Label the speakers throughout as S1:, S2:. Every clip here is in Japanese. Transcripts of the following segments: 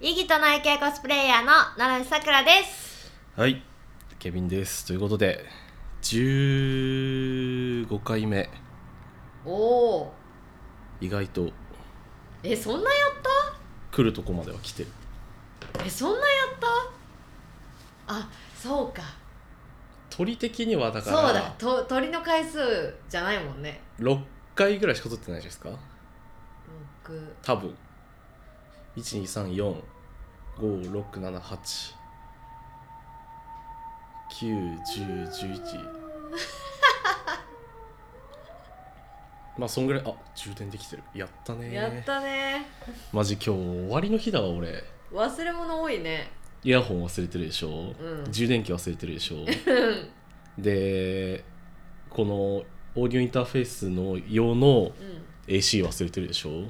S1: イギと内系コスプレイヤーの奈良さくらです
S2: はい、ケビンです。ということで、15回目、
S1: おお
S2: 意外と
S1: えそんなやっ
S2: 来るとこまでは来てる。
S1: たえそんなやったあそうか
S2: 鳥的にはだか
S1: そうだ
S2: ら、
S1: と鳥の回数じゃないもんね
S2: 6回ぐらいしか撮ってないじゃないですか。
S1: 六
S2: 多分。1、2、3、4、5、6、7、8、9、10、11。まあ、そんぐらい、あ充電できてる。やったね
S1: やったね
S2: マジ今日終わりの日だわ、俺。
S1: 忘れ物多いね
S2: イヤホン忘れてるでしょ、
S1: うん
S2: 充電器忘れてるでしょでこのオーディオインターフェースの用
S1: う
S2: の
S1: ん
S2: AC 忘れてるでしょ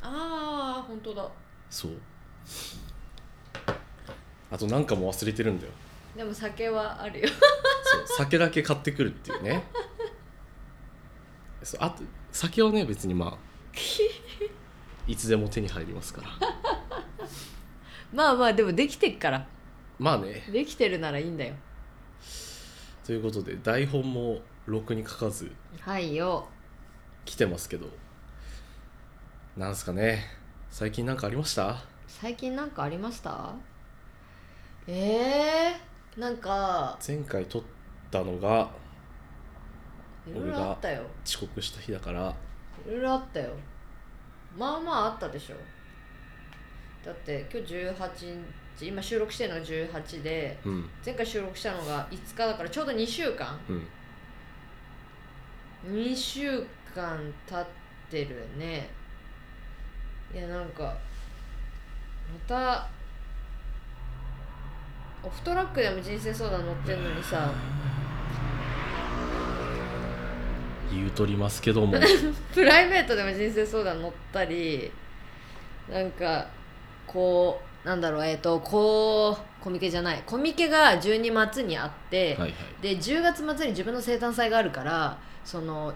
S1: ああ本当だ
S2: そうあとなんかも忘れてるんだよ
S1: でも酒はあるよ
S2: そう酒だけ買ってくるっていうねそうあと酒はね別にまあいつでも手に入りますから
S1: まあまあでもできてっから
S2: まあね
S1: できてるならいいんだよ
S2: ということで台本もろくに書かず
S1: はいよ
S2: 来てますけどなんすかね最近なんかありました
S1: 最近なんかありましたえー、なんか
S2: 前回撮ったのが
S1: いろいろあったよ
S2: 遅刻した日だから
S1: いろいろあったよまあまああったでしょだって今日18日今収録してるのが18で
S2: うん
S1: 前回収録したのが5日だからちょうど2週間
S2: うん
S1: 2週間経ってるねいやなんかまたオフトラックでも人生相談乗ってんのにさ
S2: 言うとりますけ ども
S1: プライベートでも人生相談乗ったりなんかこうなんだろうえっ、とこうコミケじゃないコミケが12月にあって、
S2: はいはい
S1: で10月末に自分の生誕祭があるからその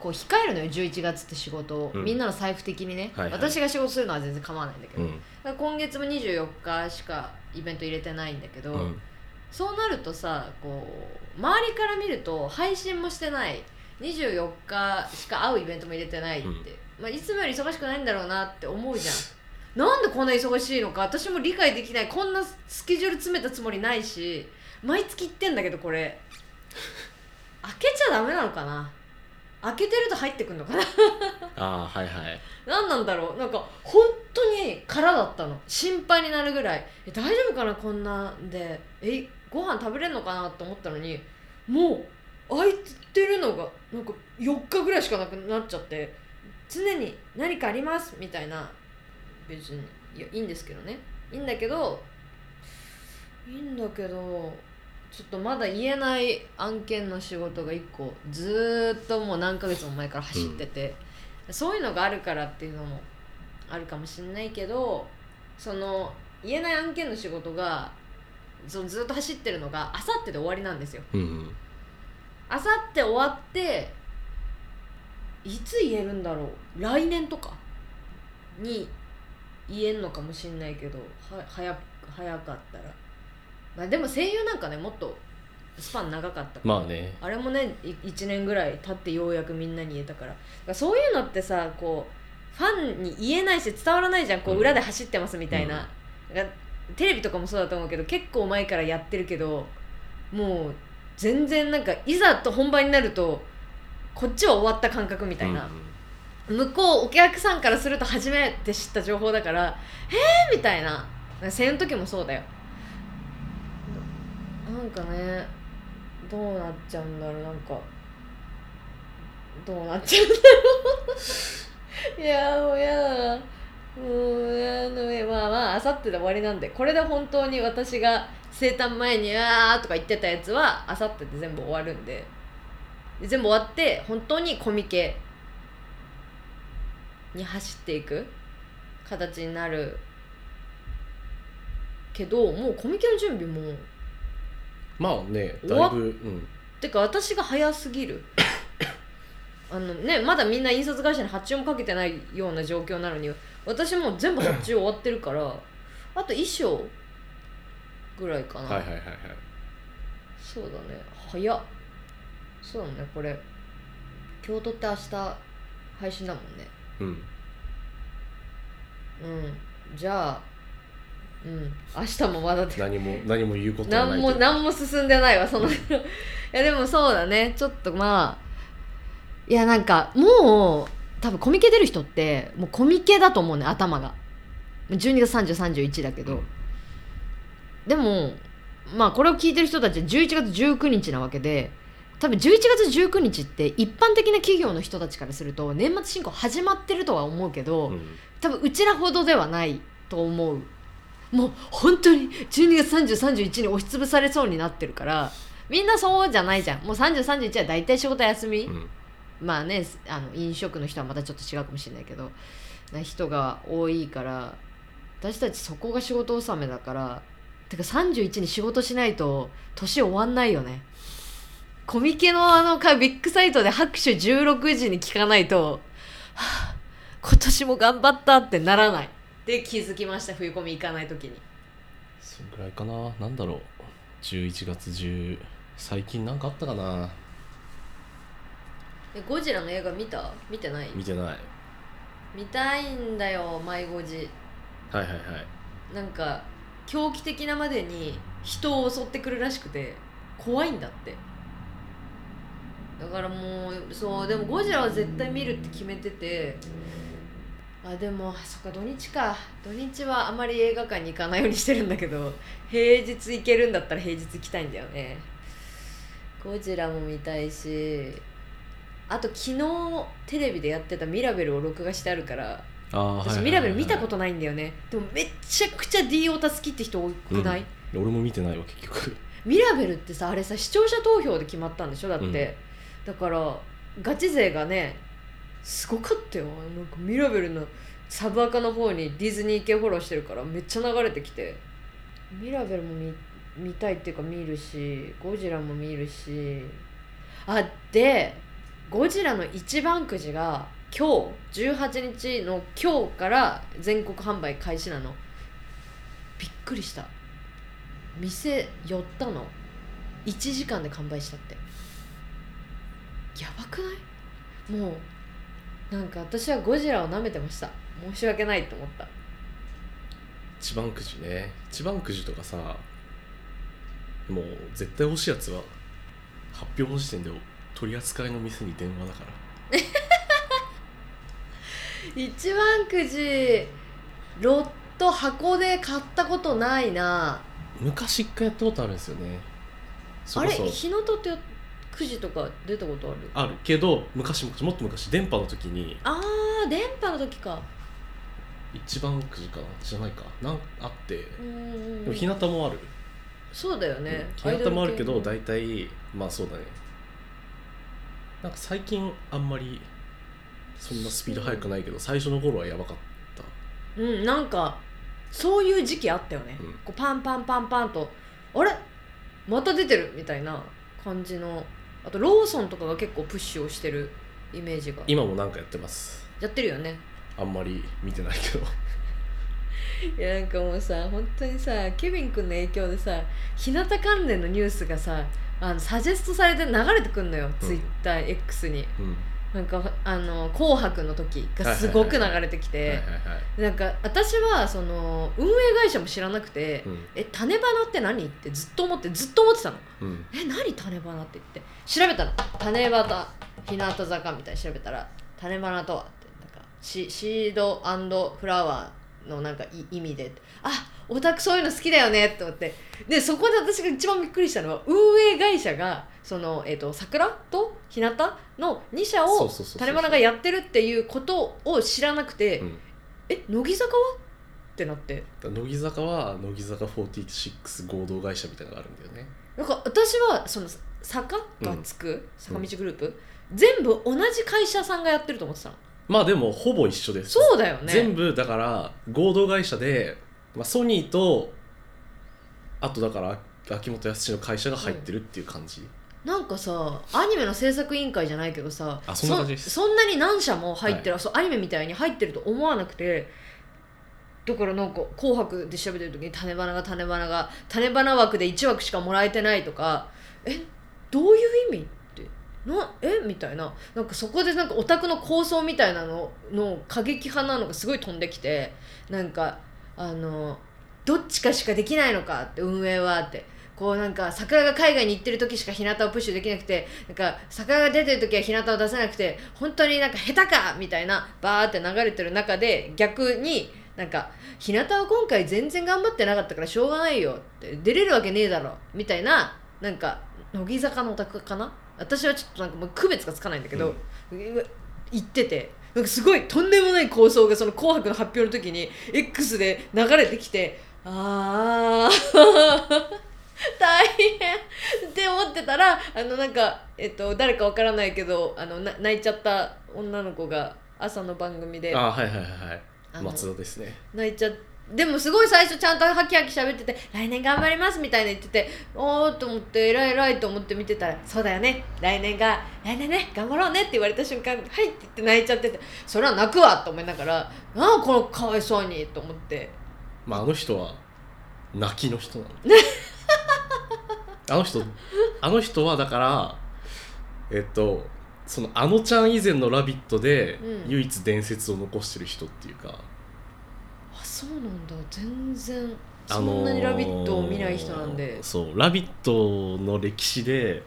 S1: こう控えるのよ11月って仕事を、
S2: うん
S1: みんなの財布的にね、
S2: はいはい
S1: 私が仕事するのは全然構わないんだけど、
S2: う
S1: だ
S2: ん
S1: から今月も24日しかイベント入れてないんだけど、
S2: うん
S1: そうなるとさこう周りから見ると配信もしてない24日しか会うイベントも入れてないって、
S2: うん
S1: まあ、いつもより忙しくないんだろうなって思うじゃんなん でこんな忙しいのか私も理解できないこんなスケジュール詰めたつもりないし毎月行ってんだけどこ れ開けちゃダメなのかな開けてると入ってくんのかな
S2: ああはいはい
S1: 何なんだろうなんか本当に空だったの心配になるぐらいえ大丈夫かなこんなんでえご飯食べれるのかなと思ったのにもう空いてるのがなんか4日ぐらいしかなくなっちゃって常に何かありますみたいな別にいやいいんですけどねいいんだけどいいんだけどちょっとまだ言えない案件の仕事が1個ずーっともう何ヶ月も前から走ってて、そういうのがあるからっていうのもあるかもしれないけどその言えない案件の仕事がそのずっと走ってるのがあさってで終わりなんですよ。
S2: うんうん
S1: あさって終わっていつ言えるんだろう来年とかに言えんのかもしんないけどは早く早かったら、まあ、でも声優なんかねもっとスパン長かったから、
S2: まあね
S1: あれもねい1年ぐらい経ってようやくみんなに言えたからだからそういうのってさこうファンに言えないし伝わらないじゃんこう
S2: うん
S1: 裏で走ってますみたいな、だからテレビとかもそうだと思うけど結構前からやってるけどもう全然なんかいざと本番になるとこっちは終わった感覚みたいな、
S2: うんうん
S1: 向こうお客さんからすると初めて知った情報だから「えー!」みたいな声優の時もそうだよなんかねどうなっちゃうんだろうなんかどうなっちゃうんだろう いやーもうやだなもうやだねまあまああさってで終わりなんでこれで本当に私が生誕前に「あー」とか言ってたやつはあさってで全部終わるんでで全部終わって本当にコミケに走っていく形になるけどもうコミケの準備も
S2: まあね
S1: 終わ
S2: だい
S1: っ
S2: ぶうん
S1: てか私が早すぎ るあのねまだみんな印刷会社に発注もかけてないような状況なのに私もう全部発注終わってるからあと衣装ぐらいかな、
S2: はいはいはいはい
S1: そうだね早っそうだねこれ京都って明日配信だもんね
S2: うん
S1: うんじゃあうん明日もまだで
S2: 何も何も言うことはな
S1: 何
S2: い
S1: も
S2: というか
S1: 何も進んでないわそのいやでもそうだねちょっとまあいやなんかもう多分コミケ出る人ってもうコミケだと思うね頭が12月3031だけど、
S2: うん
S1: でもまあこれを聞いてる人たちは11月19日なわけで多分11月19日って一般的な企業の人たちからすると年末進行始まってるとは思うけど、
S2: うん
S1: 多分うちらほどではないと思うもう本当に12月3031に押しつぶされそうになってるからみんなそうじゃないじゃんもう3031は大体仕事休み、
S2: うん
S1: まあねあの飲食の人はまたちょっと違うかもしれないけどな人が多いから私たちそこが仕事納めだからてか31に仕事しないと年終わんないよねコミケのあのかビッグサイトで拍手16時に聞かないと「はあ今年も頑張った」ってならないで気づきました冬コミ行かない時に
S2: そんぐらいかななんだろう11月10最近なんかあったかな
S1: えゴジラの映画見た見てない
S2: 見てないはい
S1: 見たいんだよ迷子時
S2: はいはい
S1: なんか狂気的なまでに人を襲ってくるらしくて怖いんだってだからもうそうでもゴジラは絶対見るって決めててあでもそっか土日か土日はあまり映画館に行かないようにしてるんだけど平日行けるんだったら平日行きたいんだよねゴジラも見たいしあと昨日テレビでやってた「ミラベル」を録画してあるから
S2: ああ
S1: 私ミラベル見たことないんだよねでもめっちゃくちゃ D オタ好きって人多くない、
S2: 俺も見てないわ結局
S1: ミラベルってさあれさ視聴者投票で決まったんでしょだって、
S2: うん
S1: だからガチ勢がねすごかったよなんかミラベルのサブアカの方にディズニー系フォローしてるからめっちゃ流れてきてミラベルも見見たいっていうか見るしゴジラも見るしあでゴジラの一番くじが今日18日の今日から全国販売開始なのびっくりした店寄ったの1時間で完売したってやばくないもうなんか私はゴジラを舐めてました申し訳ないと思った
S2: 一番くじね一番くじとかさもう絶対欲しいやつは発表の時点で取り扱いの店に電話だから
S1: 一番くじロット箱で買ったことないな
S2: 昔一回やったことあるんですよねそ
S1: あ
S2: れ
S1: れ
S2: こそ
S1: 日のとってくじとか出たことある
S2: あるけど昔昔もっと昔電波の時に
S1: あー電波の時か
S2: 一番くじかなじゃないかなんあって
S1: うーん
S2: でも日向もある、
S1: そうだよね
S2: うん日向もあるけ
S1: ア
S2: ど
S1: イドル
S2: 大体まあそうだねなんか最近あんまりそんなスピード速くないけど最初の頃はやばかった
S1: 系うんなんかそういう時期あったよね、
S2: うん
S1: こうパンパンパンパンとあれまた出てるみたいな感じのあとローソンとかが結構プッシュをしてるイメージが
S2: 今もなんかやってます
S1: やってるよね
S2: あんまり見てな いけど
S1: いやなんかもうさ本当にさケビン君の影響でさ日向関連のニュースがさあのサジェストされて流れてくんのよ、ツイッター X に
S2: うん
S1: なんかあの「紅白」の時がすごく流れてき
S2: はいは
S1: て
S2: いはい
S1: なんか私はその運営会社も知らなくて「
S2: うん
S1: え種花って何?」ってずっと思ってずっと思ってたの
S2: うん
S1: 「え何種花って言って調べたの「種花日向坂」みたいに調べたら「種花とは」ってなんかシシードフラワーのなんかい意味であオタクそういうの好きだよねって思ってでそこで私が一番びっくりしたのは運営会社がその、えー、と桜と日向の2社
S2: そ
S1: を
S2: うそうそうそう
S1: 種花がやってるっていうことを知らなくて「
S2: うん
S1: え乃木坂は?」ってなって。
S2: だから乃木坂は乃木坂46合同会社みたいなのがあるんだよね
S1: なんか私はその坂がつく、坂道グループ、全部同じ会社さんがやってると思ってたの
S2: まあでもほぼ一緒です
S1: そうだよね
S2: 全部だから合同会社で、まあ、ソニーとあとだから秋元康の会社が入ってるっていう感じ、
S1: なんかさアニメの制作委員会じゃないけどさ
S2: あそんな感じです
S1: そんなに何社も入ってる、そうアニメみたいに入ってると思わなくてだからなんか「紅白」で調べてる時に種花が種花が種花枠で1枠しかもらえてないとかえどういう意味ってなえみたいななんかそこでなんかオタクの構想みたいなのの過激派なのがすごい飛んできてなんかあのどっちかしかできないのかって運営はってこうなんか桜が海外に行ってる時しか日向をプッシュできなくてなんか桜が出てる時は日向を出せなくて本当になんか下手かみたいなバーって流れてる中で逆になんか日向は今回全然頑張ってなかったからしょうがないよって出れるわけねえだろみたいななんか乃木坂のオタクかな私はちょっとなんかもう区別がつかないんだけど、言っててなんかすごいとんでもない構想がその「紅白」の発表の時に X で流れてきてあー大変って思ってたらあのなんか、えっと、誰かわからないけどあのな泣いちゃった女の子が朝の番組で
S2: あはいはいはいはい
S1: あの
S2: 松田ですね
S1: 泣いちゃでもすごい最初ちゃんとハキハキ喋ってて「来年頑張ります」みたいな言ってておーっと思って偉い偉いと思って見てたら「そうだよね来年が来年ね頑張ろうね」って言われた瞬間「はい」って言って泣いちゃっててそれは泣くわと思いながら「なんあこのかわいそうに」と思って
S2: まああの人は泣き の人なのあの人あの人はだからえっとそのあのちゃん以前の「ラビット!」で
S1: うん
S2: 唯一伝説を残してる人っていうか、
S1: あそうなんだ全然
S2: あ
S1: そ
S2: のー
S1: んなに「ラビット!」を見ない人なんで、
S2: そう「ラビット!」の歴史で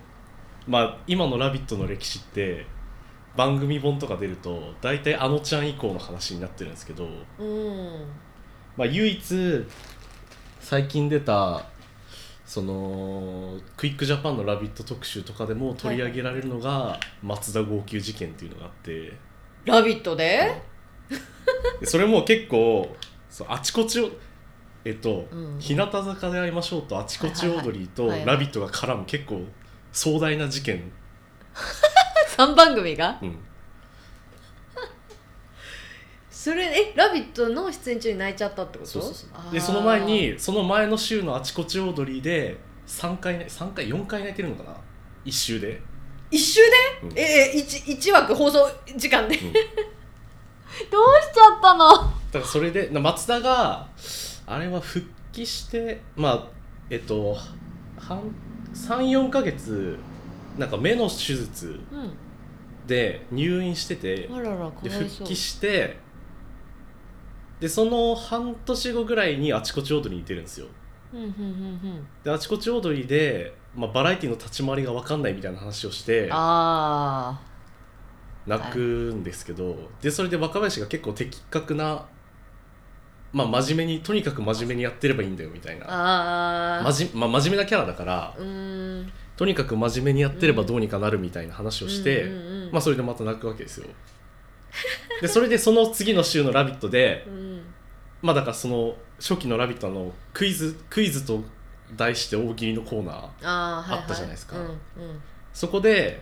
S2: まあ今の「ラビット!」の歴史って番組本とか出ると大体あのちゃん以降の話になってるんですけど、
S1: うん
S2: まあ、唯一最近出たそのクイックジャパンの「ラビット!」特集とかでも取り上げられるのが松田号泣事件っていうのがあって
S1: 「ラビットで」
S2: でそれも結構そうあちこちをえっと、
S1: うん
S2: 日向坂で会いましょうとあちこちオードリー
S1: は
S2: と
S1: いはい
S2: 「
S1: はい
S2: ラビット!」が絡む結構壮大な事件、
S1: 3番組が
S2: うん、
S1: それえ「ラビット!」の出演中に泣いちゃったってこと
S2: そうそうそう
S1: あ
S2: で
S1: ー
S2: その前にその前の週のあちこちオードリーで3回三回4回泣いてるのかな1週で、
S1: 一周で
S2: うん
S1: ええ一一枠放送時間で どうし
S2: うん
S1: ちゃったの
S2: だからそれでな松田があれは復帰してまあえっと34ヶ月なんか目の手術
S1: うん
S2: で入院してて
S1: あららか
S2: で
S1: わ
S2: 復
S1: いそう
S2: 帰してでその半年後ぐらいにあちこちオードリーに出るんですよ
S1: うんうんうん
S2: であちこちオードリーで、まあ、バラエティの立ち回りが分かんないみたいな話をして
S1: うんあ
S2: 泣くんですけどでそれで若林が結構的確なまあ真面目にとにかく真面目にやってればいいんだよみたい
S1: ー
S2: な
S1: あー
S2: まじまあ、真面目なキャラだから
S1: うーん
S2: とにかく真面目にやってればどうにかなるみたいな話をして、
S1: うんうんうん
S2: まあ、それでまた泣くわけですよでそれでその次の週の「ラビット!」で
S1: うん
S2: まあだからその初期の「ラビット!」のクイズクイズと題して大喜利のコーナー
S1: あーはいはい
S2: あったじゃないですか
S1: うんうん
S2: そこで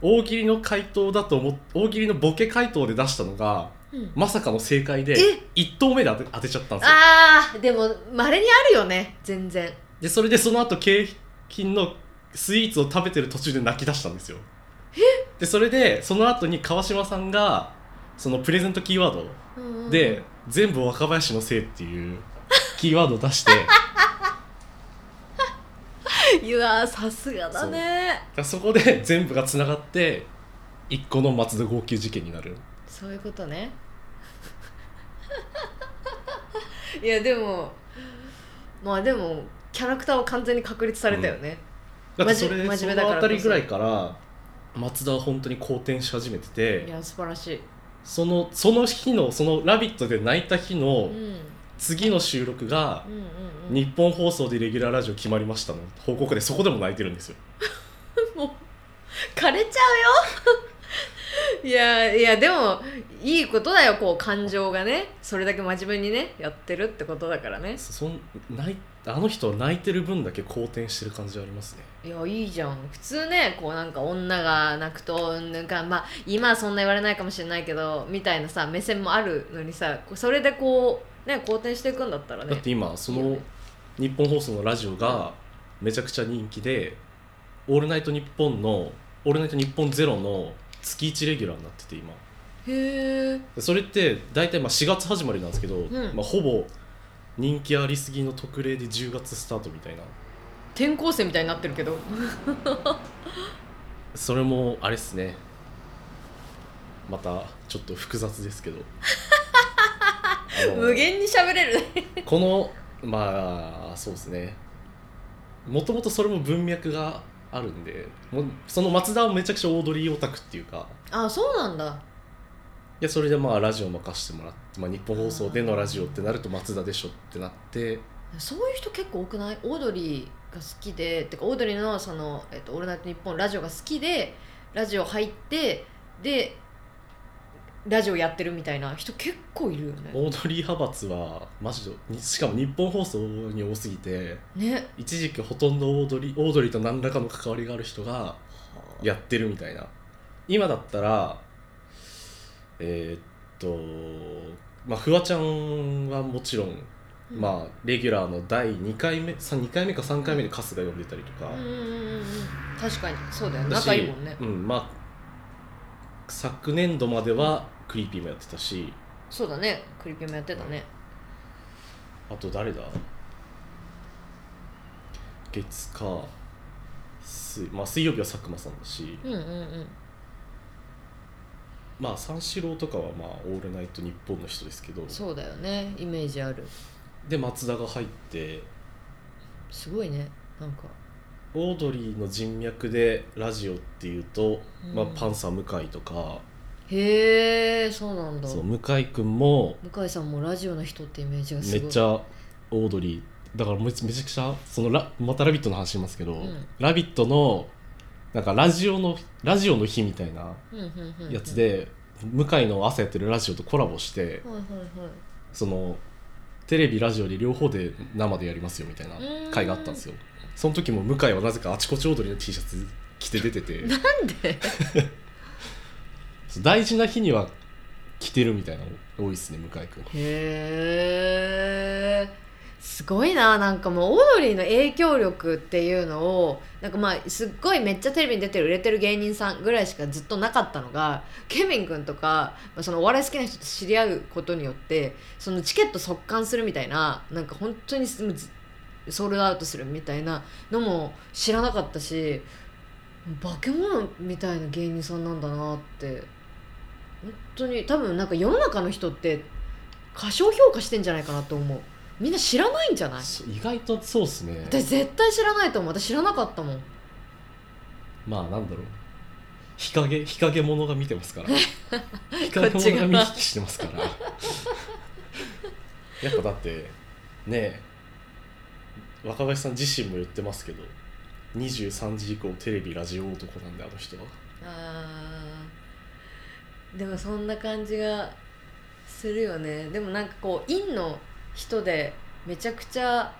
S2: 大喜利の回答だと思っ大喜利のボケ回答で出したのが
S1: うん
S2: まさかの正解で
S1: え
S2: 1投目で当て当てちゃったんですよ
S1: あーでもまれにあるよね全然
S2: でそれでその後景品のスイーツを食べてる途中で泣き出したんですよでそれでその後に川島さんがそのプレゼントキーワー
S1: うんう
S2: ド
S1: ん
S2: で、全部若林のせいっていうキーワードを出してだか
S1: いやーさすがだね
S2: らそこで全部がつながって一個の松田号泣事件になる
S1: そういうことねいやでもまあでもキャラクターは完全に確立されたよね、
S2: だってそ
S1: 真
S2: れ
S1: 面目
S2: そ
S1: 真面目だ
S2: の
S1: からこそ
S2: あたりぐらいから松田は本当に好転し始めて
S1: い
S2: て
S1: や素晴らしい、
S2: そのその日のその「ラビット!」で泣いた日
S1: う
S2: の
S1: ん、うん
S2: 次の収録が
S1: うんうん
S2: 日本放送でレギュラーラジオ決まりましたの報告でそこでも泣いてるんですよ
S1: 枯れちゃうよ いやいやでもいいことだよこう感情がねそれだけ真面目にねやってるってことだからね
S2: そそん泣いあの人は泣いてる分だけ好転してる感じありますね
S1: いやいいじゃん普通ねこうなんか女が泣くとなんかまあ今はそんな言われないかもしれないけどみたいなさ目線もあるのにさこうそれでこうね好転していくんだったら
S2: だっ
S1: ね
S2: て今そ
S1: いいよ
S2: の
S1: ね
S2: 日本放送のラジオがめちゃくちゃ人気で「オールナイトニッポン」の「オールナイトニッポンゼロの月1レギュラーになってて今
S1: へえ
S2: それって大体まあ4月始まりなんですけど、
S1: ん
S2: まあ、ほぼ人気ありすぎの特例で10月スタートみたいな
S1: 転校生みたいになってるけど
S2: それもあれっすねまたちょっと複雑ですけどあの
S1: 無限に喋れる ね
S2: このまあそうですねもともとそれも文脈があるんでもうその松田はめちゃくちゃオードリーオタクっていうか
S1: あそうなんだ
S2: いやそれでまあラジオ任せてもらって、まあ、日本放送でのラジオってなると松田でしょってなって
S1: そういう人結構多くないオードリーが好きでてかオードリーのその「えっとオールナイトニッポン」ラジオが好きでラジオ入ってでラジオやってるみたいな人結構いるよね
S2: オードリー派閥はマジでしかも日本放送に多すぎて
S1: ね
S2: 一時期ほとんどオードリーオードリーと何らかの関わりがある人がやってるみたいな今だったらえーっとまあフワちゃんはもちろん、まあレギュラーの第2回目さ2回目か3回目で春日呼んでたりとか
S1: うん、うんうんうん確かにそうだよね
S2: だし
S1: 仲いいもんね
S2: うんまあ昨年度まではクリーピーもやってたし
S1: そうだねクリピもやってたね
S2: あと誰だ月か水,、まあ、水曜日は佐久間さんだし
S1: うんうんうん
S2: まあ三四郎とかはまあ「オールナイトニッポン」の人ですけど
S1: そうだよねイメージある
S2: で松田が入って
S1: すごいねなんか
S2: オードリーの人脈でラジオっていうと、
S1: うん
S2: まあ、パンサー向井とか、
S1: へえそうなんだ
S2: そう向井君も
S1: 向井さんもラジオの人ってイメージがすご
S2: め
S1: い
S2: っちゃオードリーだからめちめちゃくちゃそのラまた「ラビット!」の話しますけど「
S1: ん
S2: ラビット!」のなんかラジオのラジオの日みたいな
S1: うんうんうんうん
S2: やつで、向井の朝やってるラジオとコラボして
S1: はいはいはい
S2: そのテレビラジオで両方で生でやりますよみたいな会があったんですよその時も向井はなぜかあちこちオードリーの T シャツ着て出てて
S1: なんで
S2: そう大事な日には着てるみたいなの多いですね向井君
S1: へえすごいななんかもうオードリーの影響力っていうのをなんかまあすっごいめっちゃテレビに出てる売れてる芸人さんぐらいしかずっとなかったのがケビン君とかまあそのお笑い好きな人と知り合うことによってそのチケット即完するみたいななんか本当にすもうずソールドアウトするみたいなのも知らなかったし化け物みたいな芸人さんなんだなって本当に多分なんか世の中の人って過小評価してんじゃないかなと思うみんな知らないんじゃない
S2: そう意外とそうですね
S1: 私絶対知らないと思う私知らなかったもん
S2: まあなんだろう日陰日陰者が見てますから 日陰
S1: こっち
S2: 者
S1: 側
S2: が見聞きしてますから やっぱだってねえ若林さん自身も言ってますけど23時以降テレビラジオ男なんであの人は
S1: あーでもそんな感じがするよねでもなんかこう陰の人でめちゃくちゃ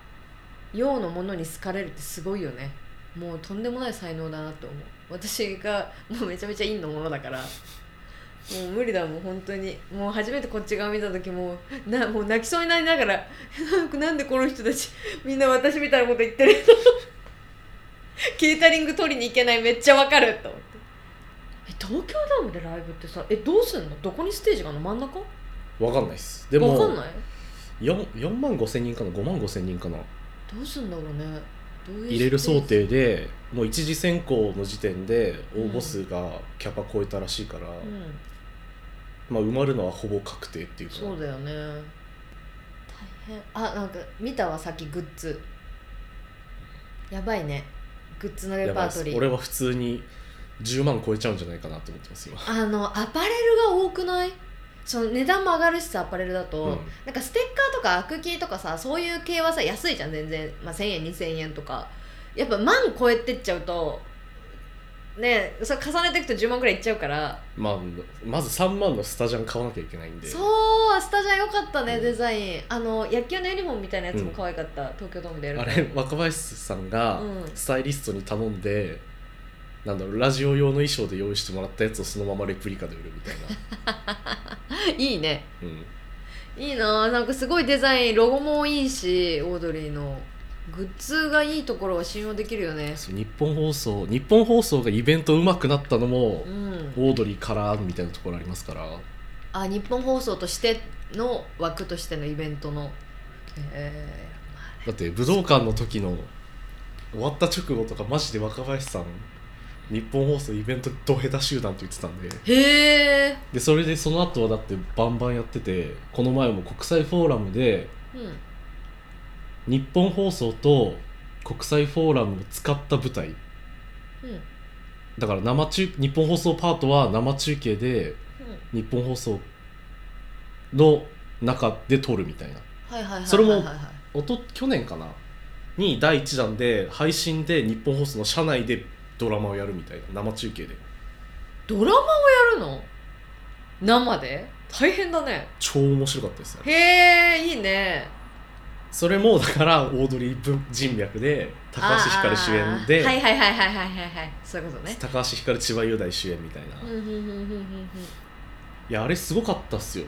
S1: 陽のものに好かれるってすごいよねもうとんでもない才能だなと思う私がもうめちゃめちゃ陰のものだからもう無理だもん本当にもう初めてこっち側見た時もうなもう泣きそうになりながら なんかなんでこの人たちみんな私みたいなこと言ってるの ケータリング取りに行けないめっちゃわかると思ってえ東京ドームでライブってさえどうすんのどこにステージがあるの真ん中
S2: わかんないっすで
S1: わ
S2: も
S1: かんない
S2: 4, 4万5千人かな5万5千人かな
S1: どうすんだろうねどういう
S2: 入れる
S1: ステー
S2: 想
S1: ジ
S2: 定でもう一次選考の時点で応募数がキャパ超えたらしいから、
S1: うん
S2: まあ埋まるのはほぼ確定っていうか
S1: そうだよね大変あなんか見たわさっきグッズやばいねグッズのレ
S2: や
S1: パ
S2: ばい
S1: ートリ
S2: です俺
S1: ー
S2: は普通に10万超えちゃうんじゃないかなと思ってます今、
S1: あのアパレルが多くないその値段も上がるしさアパレルだと、
S2: うん
S1: なんかステッカーとかアクキーとかさそういう系はさ安いじゃん全然、まあ、1,000円2,000円とかやっぱ万超えてっちゃうとねそれ重ねていくと10万くらいいっちゃうから
S2: まあ、まず3万のスタジャン買わなきゃいけないんで
S1: そうスタジャンよかったね、
S2: うん
S1: デザインあの野球のユニフォームみたいなやつも可愛かった、東京ドームでやる
S2: あれ若林さんが
S1: うん
S2: スタイリストに頼んで、なんだろうラジオ用の衣装で用意してもらったやつをそのままレプリカで売るみたいな、
S1: いいね
S2: うん、
S1: いいななんかすごいデザインロゴもいいしオードリーのグッズがいいところは信用できるよね
S2: そう日本放送日本放送がイベントうまくなったのも
S1: う、ん
S2: オードリーからみたいなところありますから
S1: あ日本放送としての枠としてのイベントのえ
S2: だって武道館の時の終わった直後とかマジで若林さん日本放送イベントド下手集団と言ってたんで
S1: ーへえ
S2: でそれでその後はだってバンバンやっててこの前も国際フォーラムで
S1: うん
S2: 日本放送と国際フォーラムを使った舞
S1: う
S2: 台
S1: んうん
S2: だから生中日本放送パートは生中継で日本放送の中で撮るみたいな
S1: はいはいはいはいはいはい
S2: それもおと去年かなに第1弾で配信で日本放送の社内でドラマをやるみたいな生中継で
S1: ドラマをやるの生で大変だね
S2: 超面白かったですよ
S1: へえいいね
S2: それもだからオードリー文人脈で高橋ひかる主演で、
S1: あーはいはいはいはいはいはいはいそういうことね
S2: 高橋ひかる千葉雄大主演みたいな、
S1: うん
S2: い
S1: うんうんうんうん
S2: やあれすごかったっすよ、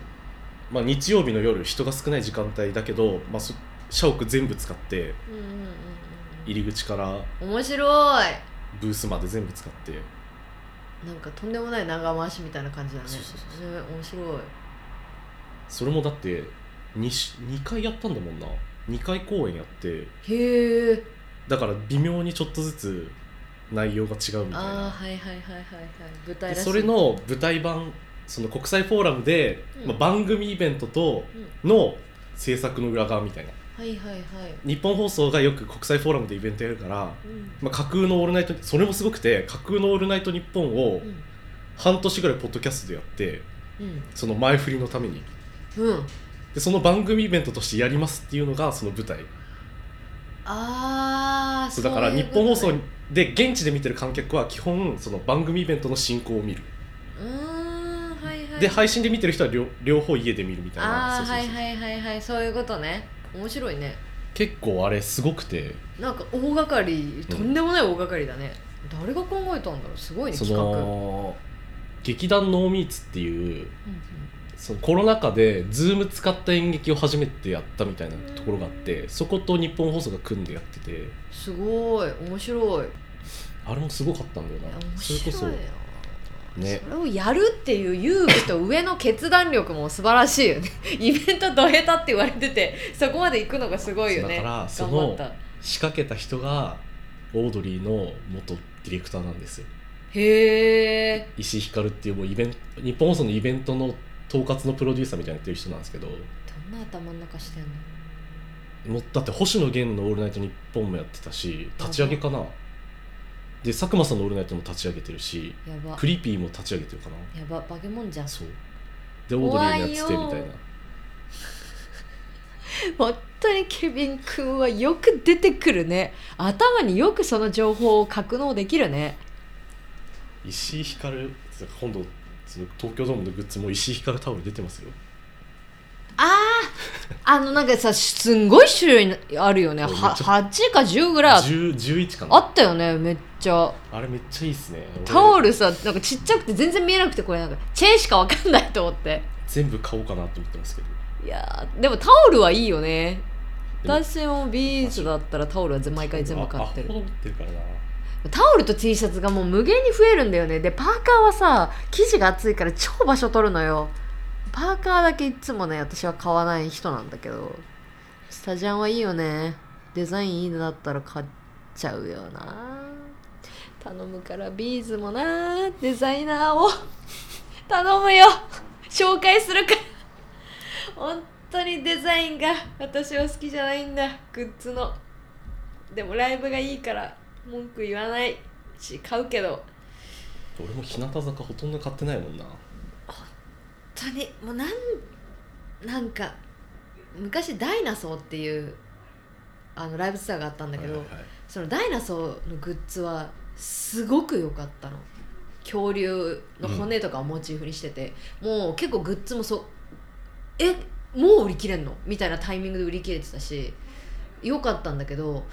S2: まあ、日曜日の夜人が少ない時間帯だけど、まあ、そ社屋全部使って
S1: うんうんうんうん
S2: 入り口から
S1: うん面白い
S2: ブースまで全部使って
S1: なんかとんでもない長回しみたいな感じだね
S2: そうそうそう
S1: ね面白い
S2: それもだって 2, 2回やったんだもんな2回公演やって
S1: へえ
S2: だから微妙にちょっとずつ内容が違うみたい
S1: ああ
S2: な
S1: はいはいはいはいはい舞台
S2: で
S1: らしい
S2: それの舞台版その国際フォーラムで、
S1: うん
S2: まあ、番組イベントと
S1: うん
S2: の制作の裏側みたいな
S1: はいはいはい
S2: 日本放送がよく国際フォーラムでイベントやるから、
S1: うん
S2: まあ、架空の「オールナイト」それもすごくて架空の「オールナイトニッポン」を
S1: うん
S2: 半年ぐらいポッドキャストでやって
S1: うん
S2: その前振りのために
S1: うん
S2: でその番組イベントとしてやりますっていうのがその舞台
S1: ああ
S2: そうだから日本放送で現地で見てる観客は基本その番組イベントの進行を見る
S1: うーんはいはい
S2: で配信で見てる人は両両方家で見るみたいな
S1: あ
S2: そ
S1: あ
S2: うそ
S1: は
S2: うそ
S1: いうはいはいはいそういうことね面白いね
S2: 結構あれすごくて
S1: なんか大掛かりとんでもない大掛かりだね、誰が考えたんだろうすごいね
S2: そ
S1: 企画、うんうん
S2: の劇団ノーミーツっていうそのコロナ禍で Zoom 使った演劇を初めてやったみたいなところがあってそこと日本放送が組んでやってて
S1: すごい面白い
S2: あれもすごかったんだよ
S1: いや
S2: な
S1: 面
S2: それこそ
S1: 白いよ
S2: ね
S1: それをやるっていう勇気と上の決断力も素晴らしいよ ねイベントど下手って言われててそこまで行くのがすごいよね
S2: だからそ
S1: 頑
S2: の
S1: 張った
S2: 仕掛けた人がオードリーの元ディレクターなんですよ
S1: へえ
S2: 石井ひかるっていうもうイベント日本放送のイベントの統括のプロデューサーみたいなやってる人なんですけど
S1: どんな頭の中してんの
S2: もうだって星野源の「オールナイトニッポン」もやってたし立ち上げかなで佐久間さんの「オールナイト」も立ち上げてるし
S1: やば
S2: クリーピーも立ち上げてるかな
S1: やば化け物じゃん
S2: そうでオードリーもやっててみ
S1: 怖
S2: た
S1: い
S2: い
S1: よ
S2: な
S1: 本当にケビン君はよく出てくるね頭によくその情報を格納できるね
S2: 石井ひかる今度その東京ドームのグッズも石井ひかるタオル出てますよ
S1: あのなんかさすんごい種類あるよねは
S2: めっちゃ
S1: 8か10ぐらい
S2: 10 11か
S1: あ
S2: な
S1: ったよねめっちゃ
S2: あれめっちゃいいっすね俺
S1: タオルさなんかちっちゃくて全然見えなくてこれなんかチェーしかわかんないと思って
S2: 全部買おうかなと思ってますけど
S1: いやーでもタオルはいいよね
S2: でも
S1: 私もビーズだったらタオルは毎回全部買ってる
S2: あアホほど持ってるからな
S1: タオルと T シャツがもう無限に増えるんだよねでパーカーはさ生地が厚いから超場所取るのよパーカーだけいつもね私は買わない人なんだけどスタジャンはいいよねデザインいいのだったら買っちゃうよな頼むからビーズもなデザイナーを 頼むよ紹介するから本当にデザインが私は好きじゃないんだグッズのでもライブがいいから文句言わないし買うけど
S2: 俺も日向坂ほとんど買ってないもんな
S1: 本当にもうなんなんか昔ダイナソーっていうあのライブツアーがあったんだけど、
S2: はいはいはい
S1: そのダイナソーのグッズはすごく良かったの恐竜の骨とかをモチーフにしてて、もう結構グッズもそうえもう売り切れんのみたいなタイミングで売り切れてたし良かったんだけど、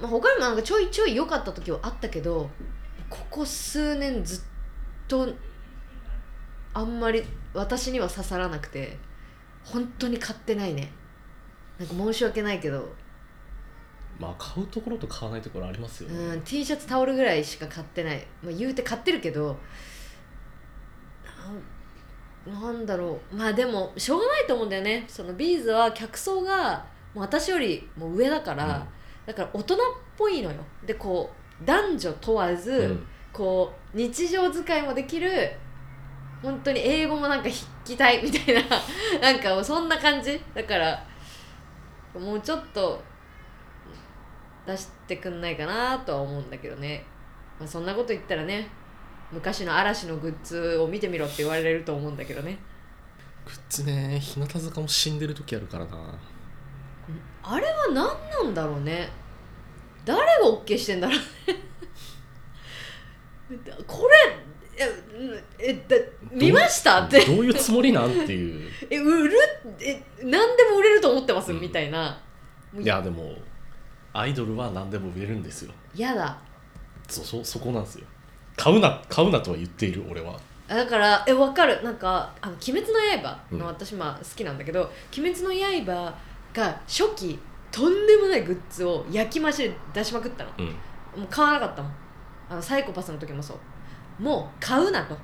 S1: まあ、他にもなんかちょいちょい良かった時はあったけどここ数年ずっとあんまり私には刺さらなくて本当に買ってないねなんか申し訳ないけど
S2: まあ買うところと買わないところありますよね、
S1: うん、T シャツタオルぐらいしか買ってない、まあ、言うて買ってるけどなんだろうまあでもしょうがないと思うんだよねそのビーズは客層がもう私よりもう上だから、だから大人っぽいのよでこう男女問わず、
S2: うん
S1: こう日常使いもできる本当に英語もなんか筆記体みたいな なんかもうそんな感じだからもうちょっと出してくんないかなとは思うんだけどね、まあ、そんなこと言ったらね昔の嵐のグッズを見てみろって言われると思うんだけどね
S2: グッズね日向坂も死んでる時あるからな
S1: あれは何なんだろうね誰が OK してんだろうね これええだ見ましたって
S2: どういうつもりなんっていう
S1: え売るえ何でも売れると思ってます、
S2: うん
S1: みたいない
S2: やでもアイドルは何でも売れるんですよ
S1: やだ
S2: そそそこなんですよ買うな買うなとは言っている俺は
S1: だからえわかるなんか「あの鬼滅の刃」
S2: うん
S1: の私まあ好きなんだけど「鬼滅の刃」が初期とんでもないグッズを焼き増しで出しまくったの
S2: うん
S1: もう買わなかったもんあのサイコパスの時もそうもう買うなと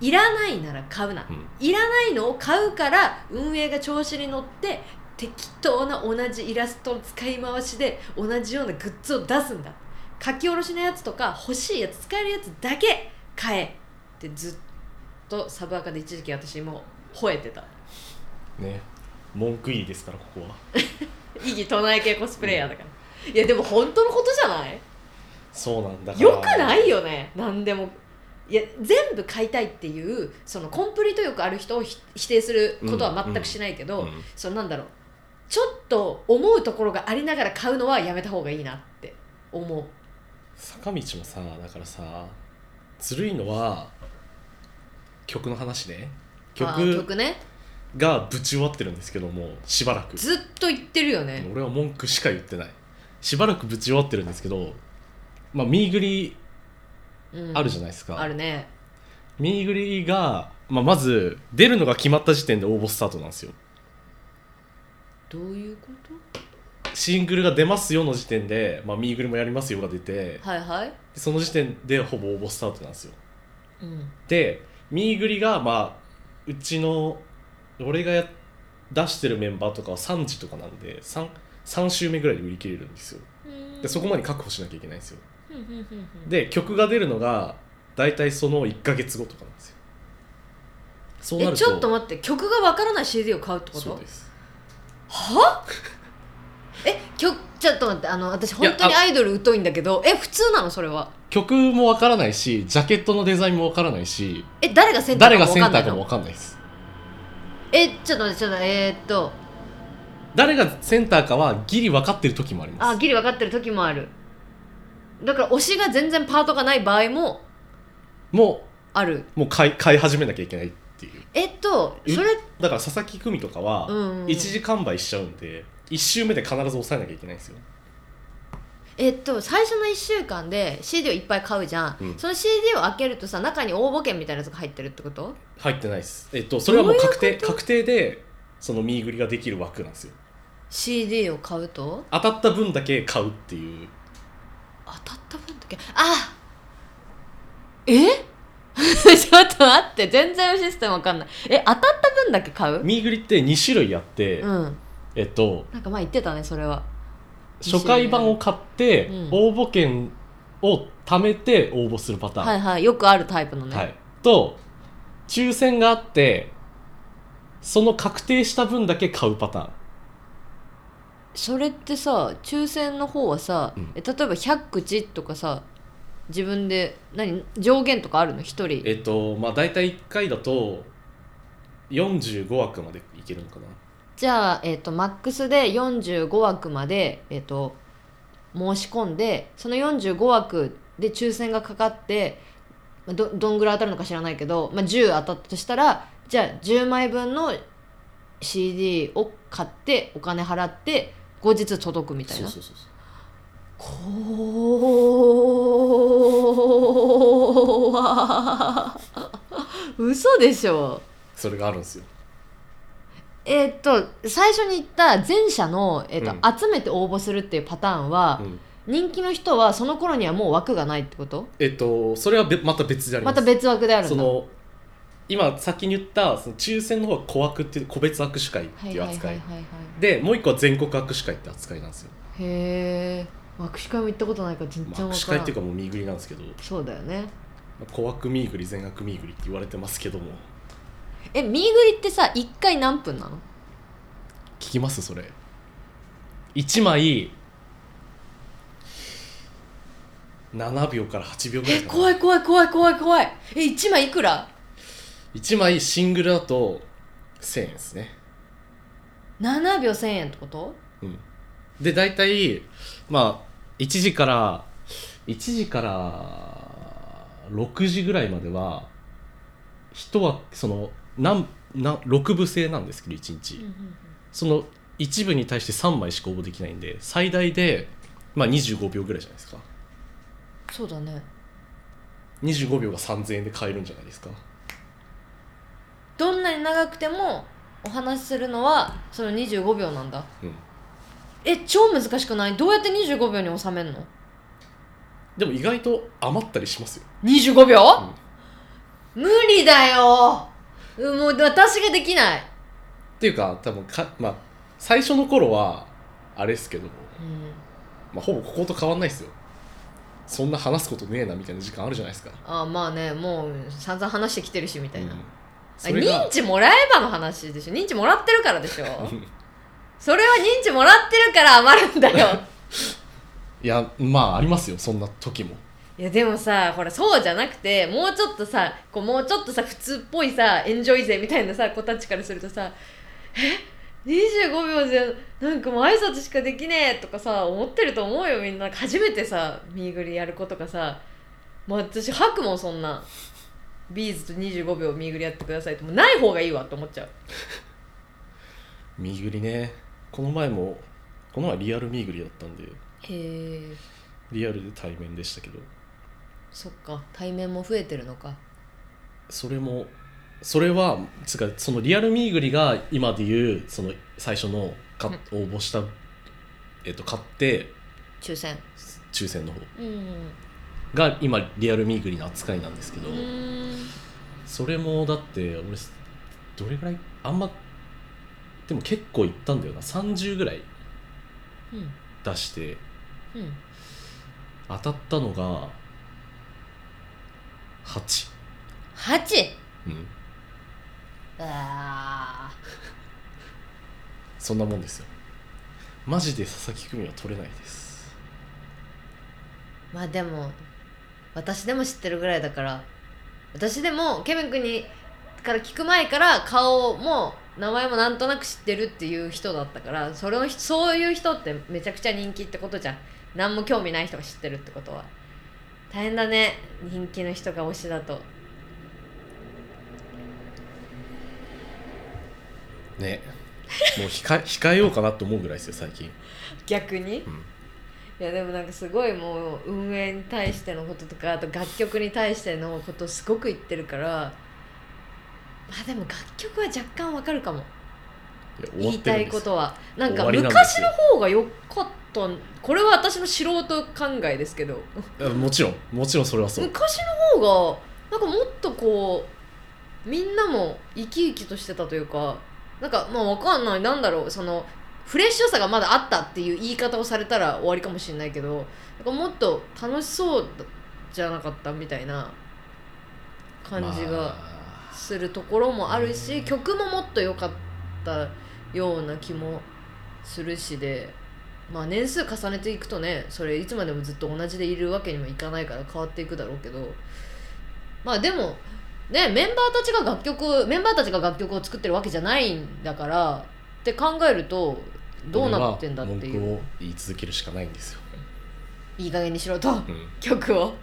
S1: いらないなら買うな
S2: うん
S1: いらないのを買うから運営が調子に乗って適当な同じイラストの使い回しで同じようなグッズを出すんだ書き下ろしのやつとか欲しいやつ使えるやつだけ買えってずっとサブアカで一時期私もう吠えてた
S2: ね文句いいですからここは
S1: 異議唱え系コスプレイヤーだから、いやでも本当のことじゃない
S2: そうなんだから
S1: よくないよね何でもいや全部買いたいっていうそのコンプリート欲ある人をひ否定することは全くしないけど、
S2: うん
S1: そのなんだろうちょっと思うところがありながら買うのはやめた方がいいなって思う
S2: 坂道もさだからさずるいのは曲の話ね
S1: あー
S2: 曲
S1: 曲ね
S2: がぶち終わってるんですけどもしばらく
S1: ずっと言ってるよね
S2: 俺は文句しか言ってないしばらくぶち終わってるんですけどまあミーグリ
S1: うん
S2: あるじゃないですか、
S1: あるね
S2: ミーグリが、まあ、まず出るのが決まった時点で応募スタートなんですよ
S1: どういうこ
S2: シングルが出ますよの時点で、まあ、ミーグリもやりますよが出て
S1: とはいはい
S2: その時点でほぼ応募スタートなんですよ
S1: うん
S2: でミーグリがまあうちの俺がや出してるメンバーとかは3時とかなんで 3, 3週目ぐらいで売り切れるんですよでそこまで確保しなきゃいけないんですよ
S1: ふんふんふんふん
S2: で曲が出るのが大体その1ヶ月後とかなんですよそうな
S1: え
S2: る
S1: ち
S2: と
S1: ょっと待って曲がわからない CD を買うってこ
S2: そう
S1: と
S2: です
S1: は え曲ちょっと待ってあの私
S2: や
S1: 本当に
S2: あ
S1: アイドル疎いんだけどえ普通なのそれは
S2: 曲もわからないしジャケットのデザインもわからないし
S1: え誰がセンター
S2: 誰
S1: かもわ
S2: がセン
S1: かん
S2: タ
S1: ない
S2: ーかもわ
S1: の
S2: かんないです
S1: えちょっと待ってちょっと待ってえー、っと
S2: 誰がセンターかはギリ分かってる時もありま
S1: あ
S2: す
S1: ギリ分かってる時もあるだから推しが全然パートがない場合も
S2: も
S1: ある
S2: うもう買い買い始めなきゃいけないっていう
S1: えっと
S2: え
S1: それ
S2: だから佐々木久美とかは
S1: うんうん
S2: 一時完売しちゃうんで1周目で必ず抑えなきゃいけないんですよ
S1: えっと最初の1週間で CD をいっぱい買うじゃん、
S2: うん
S1: その CD を開けるとさ中に応募券みたいなやつが入ってるってこと
S2: 入ってないですえっとそれはもう確
S1: ど
S2: 定
S1: ういうこと
S2: 確定でその見繰りができる枠なんですよ
S1: CD を買うと
S2: 当たった分だけ買うっていう
S1: 当たった分だけあえ ちょっと待って全然システムわかんないえ当たった分だけ買う
S2: 見繰りって2種類あって、
S1: うん
S2: えっと
S1: なんか前言ってたねそれは
S2: 初回版を買って、
S1: うん
S2: 応募券を貯めて応募するパターン、
S1: はいはいよくあるタイプのね、
S2: はいと抽選があってその確定した分だけ買うパターン
S1: それってさ抽選の方はさ、
S2: うん
S1: え例えば100口とかさ自分で何上限とかあるの1人
S2: えっとまあ大体1回だと45枠までいけるのかな
S1: じゃあ、えっとマックスで45枠まで、えっと申し込んでその45枠で抽選がかかってまあどどんぐらい当たるのか知らないけど、まあ、10当たったとしたらじゃあ10枚分の CD を買ってお金払って後日届くみたいな
S2: うそうそう
S1: こわ 嘘でしょ
S2: それがあるんですよ
S1: えーっと最初に言った前者の、えーっと
S2: う
S1: 集めて応募するっていうパターンは
S2: う、ん
S1: 人気の人はその頃にはもう枠がないってこと
S2: えっとそれはべまた別でありま
S1: ますた別枠である
S2: そ
S1: んだ
S2: の今先に言ったその抽選の方は個枠っていう個別握手会って
S1: はい
S2: いう
S1: はいはい
S2: 扱い、
S1: はいはい
S2: でもう一個は全国握手会って扱いなんですよ、
S1: へえ握手会も行ったことないから全然分
S2: ま
S1: から
S2: あ、
S1: ん、
S2: 握手会っていうかもう見繰りなんですけど
S1: そうだよね
S2: まあ小枠見繰り全額見繰りって言われてますけども
S1: えミーグリってさ1回何分なの
S2: 聞きますそれ1枚7秒から8秒ぐら
S1: え
S2: いかな
S1: 怖い怖い怖い怖い怖いえ1枚いくら
S2: 1枚シングルだと1000円ですね
S1: 7秒1000円ってこと
S2: うんで大体まあ1時から1時から6時ぐらいまでは人はその何何6部制なんですけど1日、その一部に対して3枚しか応募できないんで最大で、まあ、25秒ぐらいじゃないですか
S1: そうだね
S2: 25秒が3000円で買えるんじゃないですか
S1: どんなに長くてもお話しするのはその25秒なんだ
S2: うん
S1: え超難しくないどうやって25秒に収めるの
S2: でも意外と余ったりしますよ、
S1: 25秒、
S2: うん
S1: 無理だようんもう私ができない、
S2: っていうか多分かまあ最初の頃はあれですけども、
S1: うん、
S2: まあ、ほぼここと変わんないですよそんな話すことねえなみたいな時間あるじゃないですか
S1: あまあねもう散々話してきてるしみたいな、
S2: うん
S1: あ
S2: それが
S1: 認知もらえばの話でしょ認知もらってるからでし ょ
S2: うん
S1: それは認知もらってるから余るんだよ
S2: いやまあありますよそんな時も
S1: いやでもさほらそうじゃなくてもうちょっとさこうもうちょっとさ普通っぽいさエンジョイ勢みたいなさ子たちからするとさ「え25秒じゃなんかもう挨拶しかできねえ」とかさ思ってると思うよみんな初めてさミーグリやる子とかさもう私吐くもんそんなビーズと25秒ミーグリやってくださいってもうない方がいいわって思っちゃう
S2: 見ぐりねこの前もこの前リアル見ぐりだったんで
S1: へえ
S2: リアルで対面でしたけど
S1: そっか対面も増えてるのか
S2: それもそれはつうかそのリアルミーグリが今でいうその最初のか応募した、えっと、買って
S1: 抽選
S2: 抽選の方
S1: うん
S2: が今リアルミーグリの扱いなんですけど、
S1: うん
S2: それもだって俺どれぐらいあんまでも結構いったんだよな30ぐらい
S1: うん
S2: 出して
S1: うん
S2: 当たったのが8
S1: 8!
S2: うん
S1: あ
S2: そんなもんですよマジで佐々木久美は取れないです
S1: ーまあでも私でも知ってるぐらいだから私でもケビン君にから聞く前から顔も名前もなんとなく知ってるっていう人だったからそれのそういう人ってめちゃくちゃ人気ってことじゃん何も興味ない人が知ってるってことは大変だね人気の人が推しだと
S2: ねもう控え 控えようかなと思うぐらいですよ最近、
S1: 逆に
S2: うん、
S1: いやでもなんかすごいもう運営に対してのこととかあと楽曲に対してのことすごく言ってるからまあでも楽曲は若干わかるかも
S2: いや終わ
S1: 言
S2: っ
S1: い
S2: てる
S1: た
S2: ん
S1: い
S2: です
S1: こ
S2: よ
S1: とはなんか
S2: 終わりなんです
S1: 昔
S2: よ
S1: の方が良かったこれは私の素人考えですけど
S2: いやもちろんもちろんそれはそう
S1: 昔の方がなんかもっとこうみんなも生き生きとしてたというかなんかまあわかんないなんだろうそのフレッシュさがまだあったっていう言い方をされたら終わりかもしれないけどなんかもっと楽しそうじゃなかったみたいな感じ
S2: ま
S1: が
S2: あ
S1: するところもあるし、
S2: うん
S1: 曲ももっと良かったような気もするしで。まあ年数重ねていくとねそれいつまでもずっと同じでいるわけにもいかないから変わっていくだろうけどまあでもねメンバーたちが楽曲メンバーたちが楽曲を作ってるわけじゃないんだからって考えるとどうなってんだってい
S2: 俺
S1: う
S2: は文句を言い続けるしかないんですよ、
S1: いい加減にしろと
S2: うん、い
S1: 曲を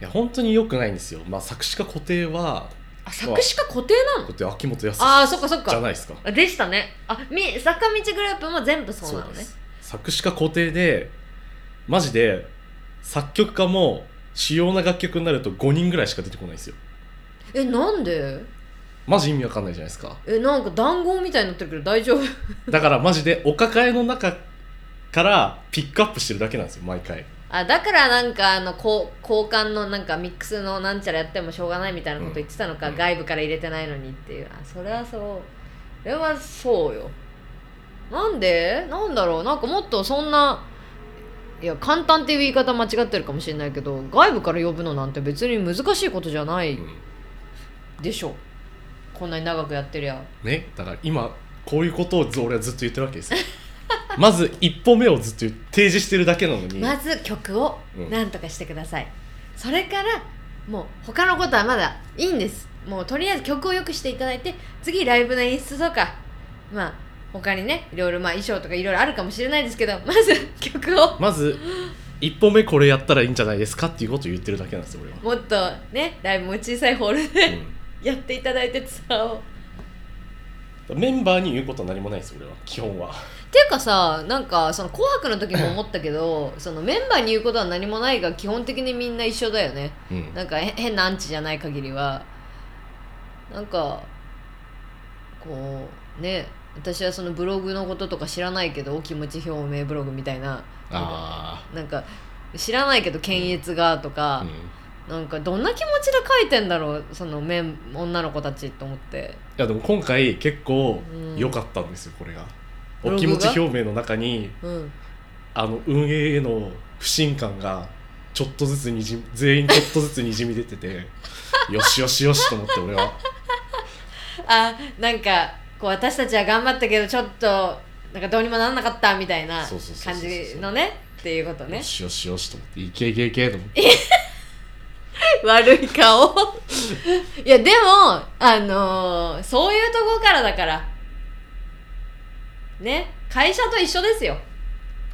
S2: や本当に良くないんですよ、まあ、作詞家固定は
S1: あ作詞家固定なの
S2: だって秋元康
S1: ああそっかそっ
S2: じゃ
S1: か
S2: ないですか
S1: でしたねあみ坂道グループも全部そうなの
S2: で
S1: ね
S2: す作詞家固定でマジで作曲家も主要な楽曲になると5人ぐらいしか出てこないんですよ
S1: えなんで
S2: マジ意味わかんないじゃないですか
S1: えなんか談合みたいになってるけど大丈夫
S2: だからマジでお抱えの中からピックアップしてるだけなんですよ毎回
S1: あだからなんかあのこう交換のなんかミックスのなんちゃらやってもしょうがないみたいなこと言ってたのか、
S2: うん
S1: 外部から入れてないのにっていうあそれはそうそれはそうよなんでなんだろうなんかもっとそんないや簡単っていう言い方間違ってるかもしれないけど外部から呼ぶのなんて別に難しいことじゃな
S2: う
S1: い
S2: ん
S1: でしょ、こんなに長くやってりゃ
S2: ねだから今こういうことをず俺はずっと言ってるわけですよ まず一歩目をずっと言って提示してるだけなのに、
S1: まず曲を
S2: うん
S1: なんとかしてください、それからもう他のことはまだいいんですもうとりあえず曲を良くしていただいて次ライブの演出とかまあ他にねいろいろまあ衣装とかいろいろあるかもしれないですけどま ず曲を
S2: まず一歩目これやったらいいんじゃないですかっていうことを言ってるだけなんですよ俺は、
S1: もっとねライブも小さいホールで やっていただいてツアーをっ
S2: うんメンバーに言うことは何もないです俺は基本は
S1: ていうかさなんかその「紅白」の時も思ったけどそのメンバーに言うことは何もないが基本的にみんな一緒だよね
S2: うん
S1: なんかへ変なアンチじゃない限りはなんかこうね私はそのブログのこととか知らないけどお気持ち表明ブログみたいな
S2: あ
S1: なんか知らないけど検閲がと
S2: あ
S1: か
S2: うん、い
S1: なんかどんな気持ちで書いてんだろうその面女の子たちと思って
S2: やでも今回結構
S1: うん
S2: 良かったんですよこれが、
S1: ブログが
S2: お気持ち表明の中に
S1: うん
S2: あの運営への不信感がちょっとずつにじみ全員ちょっとずつにじみ出 ててよしよしよしと思って俺は
S1: あなんかこう私たちは頑張ったけどちょっとなんかどうにもならなかったみたいな
S2: そうそうそうそう
S1: 感
S2: そう
S1: じのねっていうことね
S2: よしよしよしと思っていけいけいけと思って
S1: 悪い顔いやでもあのーそういうとこからだからね会社と一緒ですよ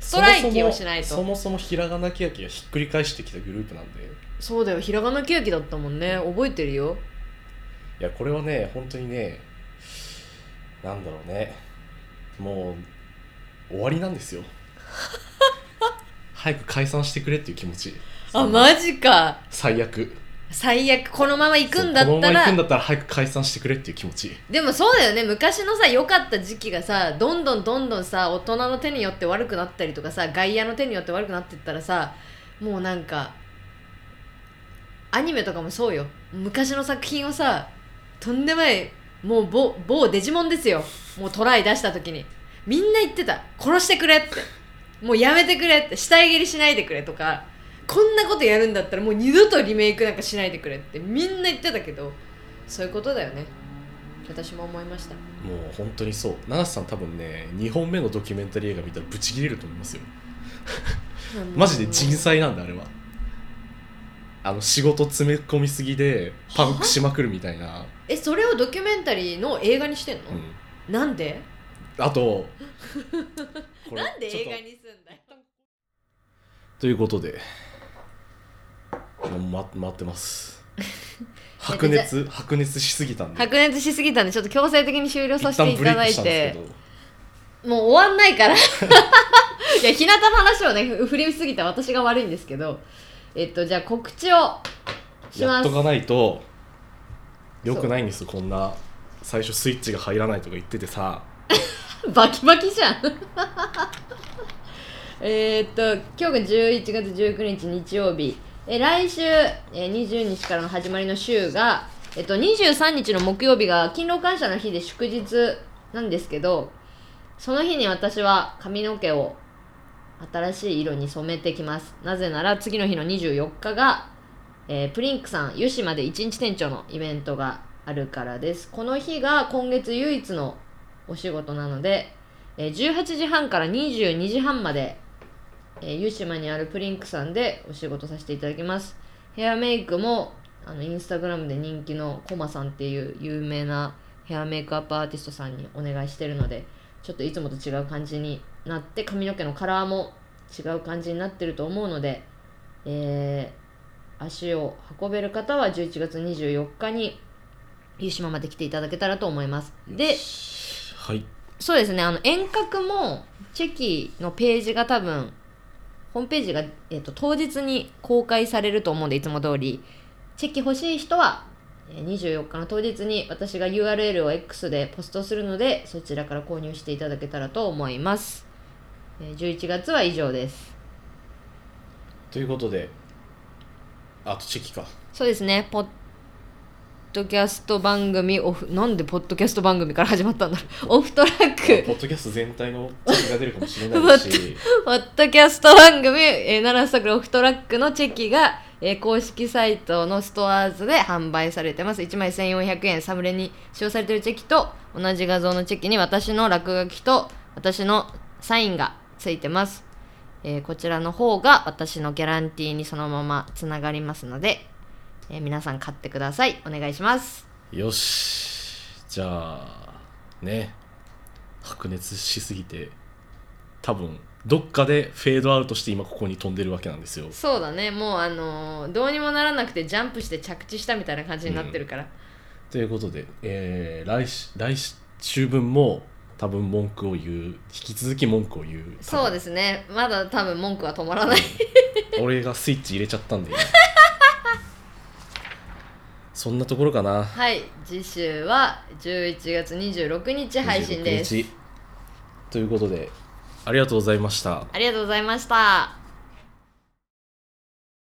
S1: ストライキをしないとそ
S2: そもそもそもそもひらがなケヤキがひっくり返してきたグループなんで
S1: うだよひらがなケーキだったもんね覚えてるよ
S2: いやこれはね本当にねなんだろうねもう終わりなんですよ早く解散してくれっていう気持ち
S1: あマジか
S2: 最悪
S1: 最悪このまま行くんだ
S2: そう
S1: っ
S2: この
S1: た
S2: まま行
S1: ら
S2: くんだったら早く解散してくれっていう気持ち
S1: でもそうだよね昔のさ良かった時期がさどんどんどんどんさ大人の手によって悪くなったりとかさ外野の手によって悪くなってったらさもうなんかアニメとかもそうよ昔の作品をさとんでもないもう某某デジモンですよもうトライ出した時にみんな言ってた殺してくれってもうやめてくれって死体蹴りしないでくれとかこんなことやるんだったらもう二度とリメイクなんかしないでくれってみんな言ってたけどそういうことだよね私も思いました
S2: もう本当にそう七瀬さん多分ね2本目のドキュメンタリー映画見たらブチギレると思いますよマジで人災なんだあれはあの仕事詰め込みすぎでパンクしまくるみたいな、
S1: えそれをドキュメンタリーの映画にしてんの
S2: う、ん、
S1: なんで
S2: あとこれ
S1: なんで
S2: ちょっ
S1: 映
S2: と
S1: 画にすんだよ
S2: ということでもうま待ってます 白熱白熱しすぎたんで
S1: 白熱しすぎたんでちょっと強制的に終了さ
S2: 一
S1: せて
S2: 旦
S1: い
S2: ブ
S1: た
S2: レイ
S1: だ
S2: ク
S1: い
S2: したんです
S1: て
S2: けど
S1: もう終わんないから いや日向の話をねふ振りすぎた私が悪いんですけどえっとじゃあ告知をし
S2: や
S1: ま
S2: っ
S1: す
S2: とかないとよくないんですよこんな最初スイッチが入らないとか言っててさ
S1: バキバキじゃんえーっと今日が11月19日日曜日えー来週、えー20日からの始まりの週が、えっと23日の木曜日が勤労感謝の日で祝日なんですけどその日に私は髪の毛を新しい色に染めてきますなぜなら次の日の24日が、えープリンクさん湯島で一日店長のイベントがあるからですこの日が今月唯一のお仕事なので、えー18時半から22時半まで、えー湯島にあるプリンクさんでお仕事させていただきますヘアメイクもあのインスタグラムで人気のコマさんっていう有名なヘアメイクアップアーティストさんにお願いしてるのでちょっといつもと違う感じになって髪の毛のカラーも違う感じになってると思うので、えー足を運べる方は11月24日に湯島まで来ていただけたらと思いますで
S2: はい
S1: そうですねあの遠隔もチェキのページが多分ホームページが、えっと当日に公開されると思うんでいつも通りチェキ欲しい人はえー24日の当日に私が URL を X でポストするのでそちらから購入していただけたらと思いますえー11月は以上です
S2: ということであとチェキか
S1: そうですねポッドキャスト番組オフなんでポッドキャスト番組から始まったんだろうオフトラッ
S2: まあ
S1: ク
S2: ポッドキャスト全体のチェキが出るかもしれな いし
S1: ポッドキャスト番組「えー、奈良桜オフトラック」のチェキが、えー公式サイトのストアーズで販売されてます1枚1400円サムネに使用されてるチェキと同じ画像のチェキに私の落書きと私のサインがついてます、えーこちらの方が私のギャランティーにそのままつながりますので、えー皆さん買ってくださいお願いします
S2: よしじゃあね白熱しすぎて多分どっかでフェードアウトして今ここに飛んでるわけなんですよ
S1: そうだねもうあのーどうにもならなくてジャンプして着地したみたいな感じになってるから、
S2: ということで、えー来し来週分も多分文句を言う引き続き文句を言う
S1: そうですすねまだ多分文句は止まらない
S2: 俺がスイッチ入れちゃったんで今そんなところか な
S1: はい次週は11月26日配信です
S2: 26日ということでありがとうございました
S1: ありがとうございました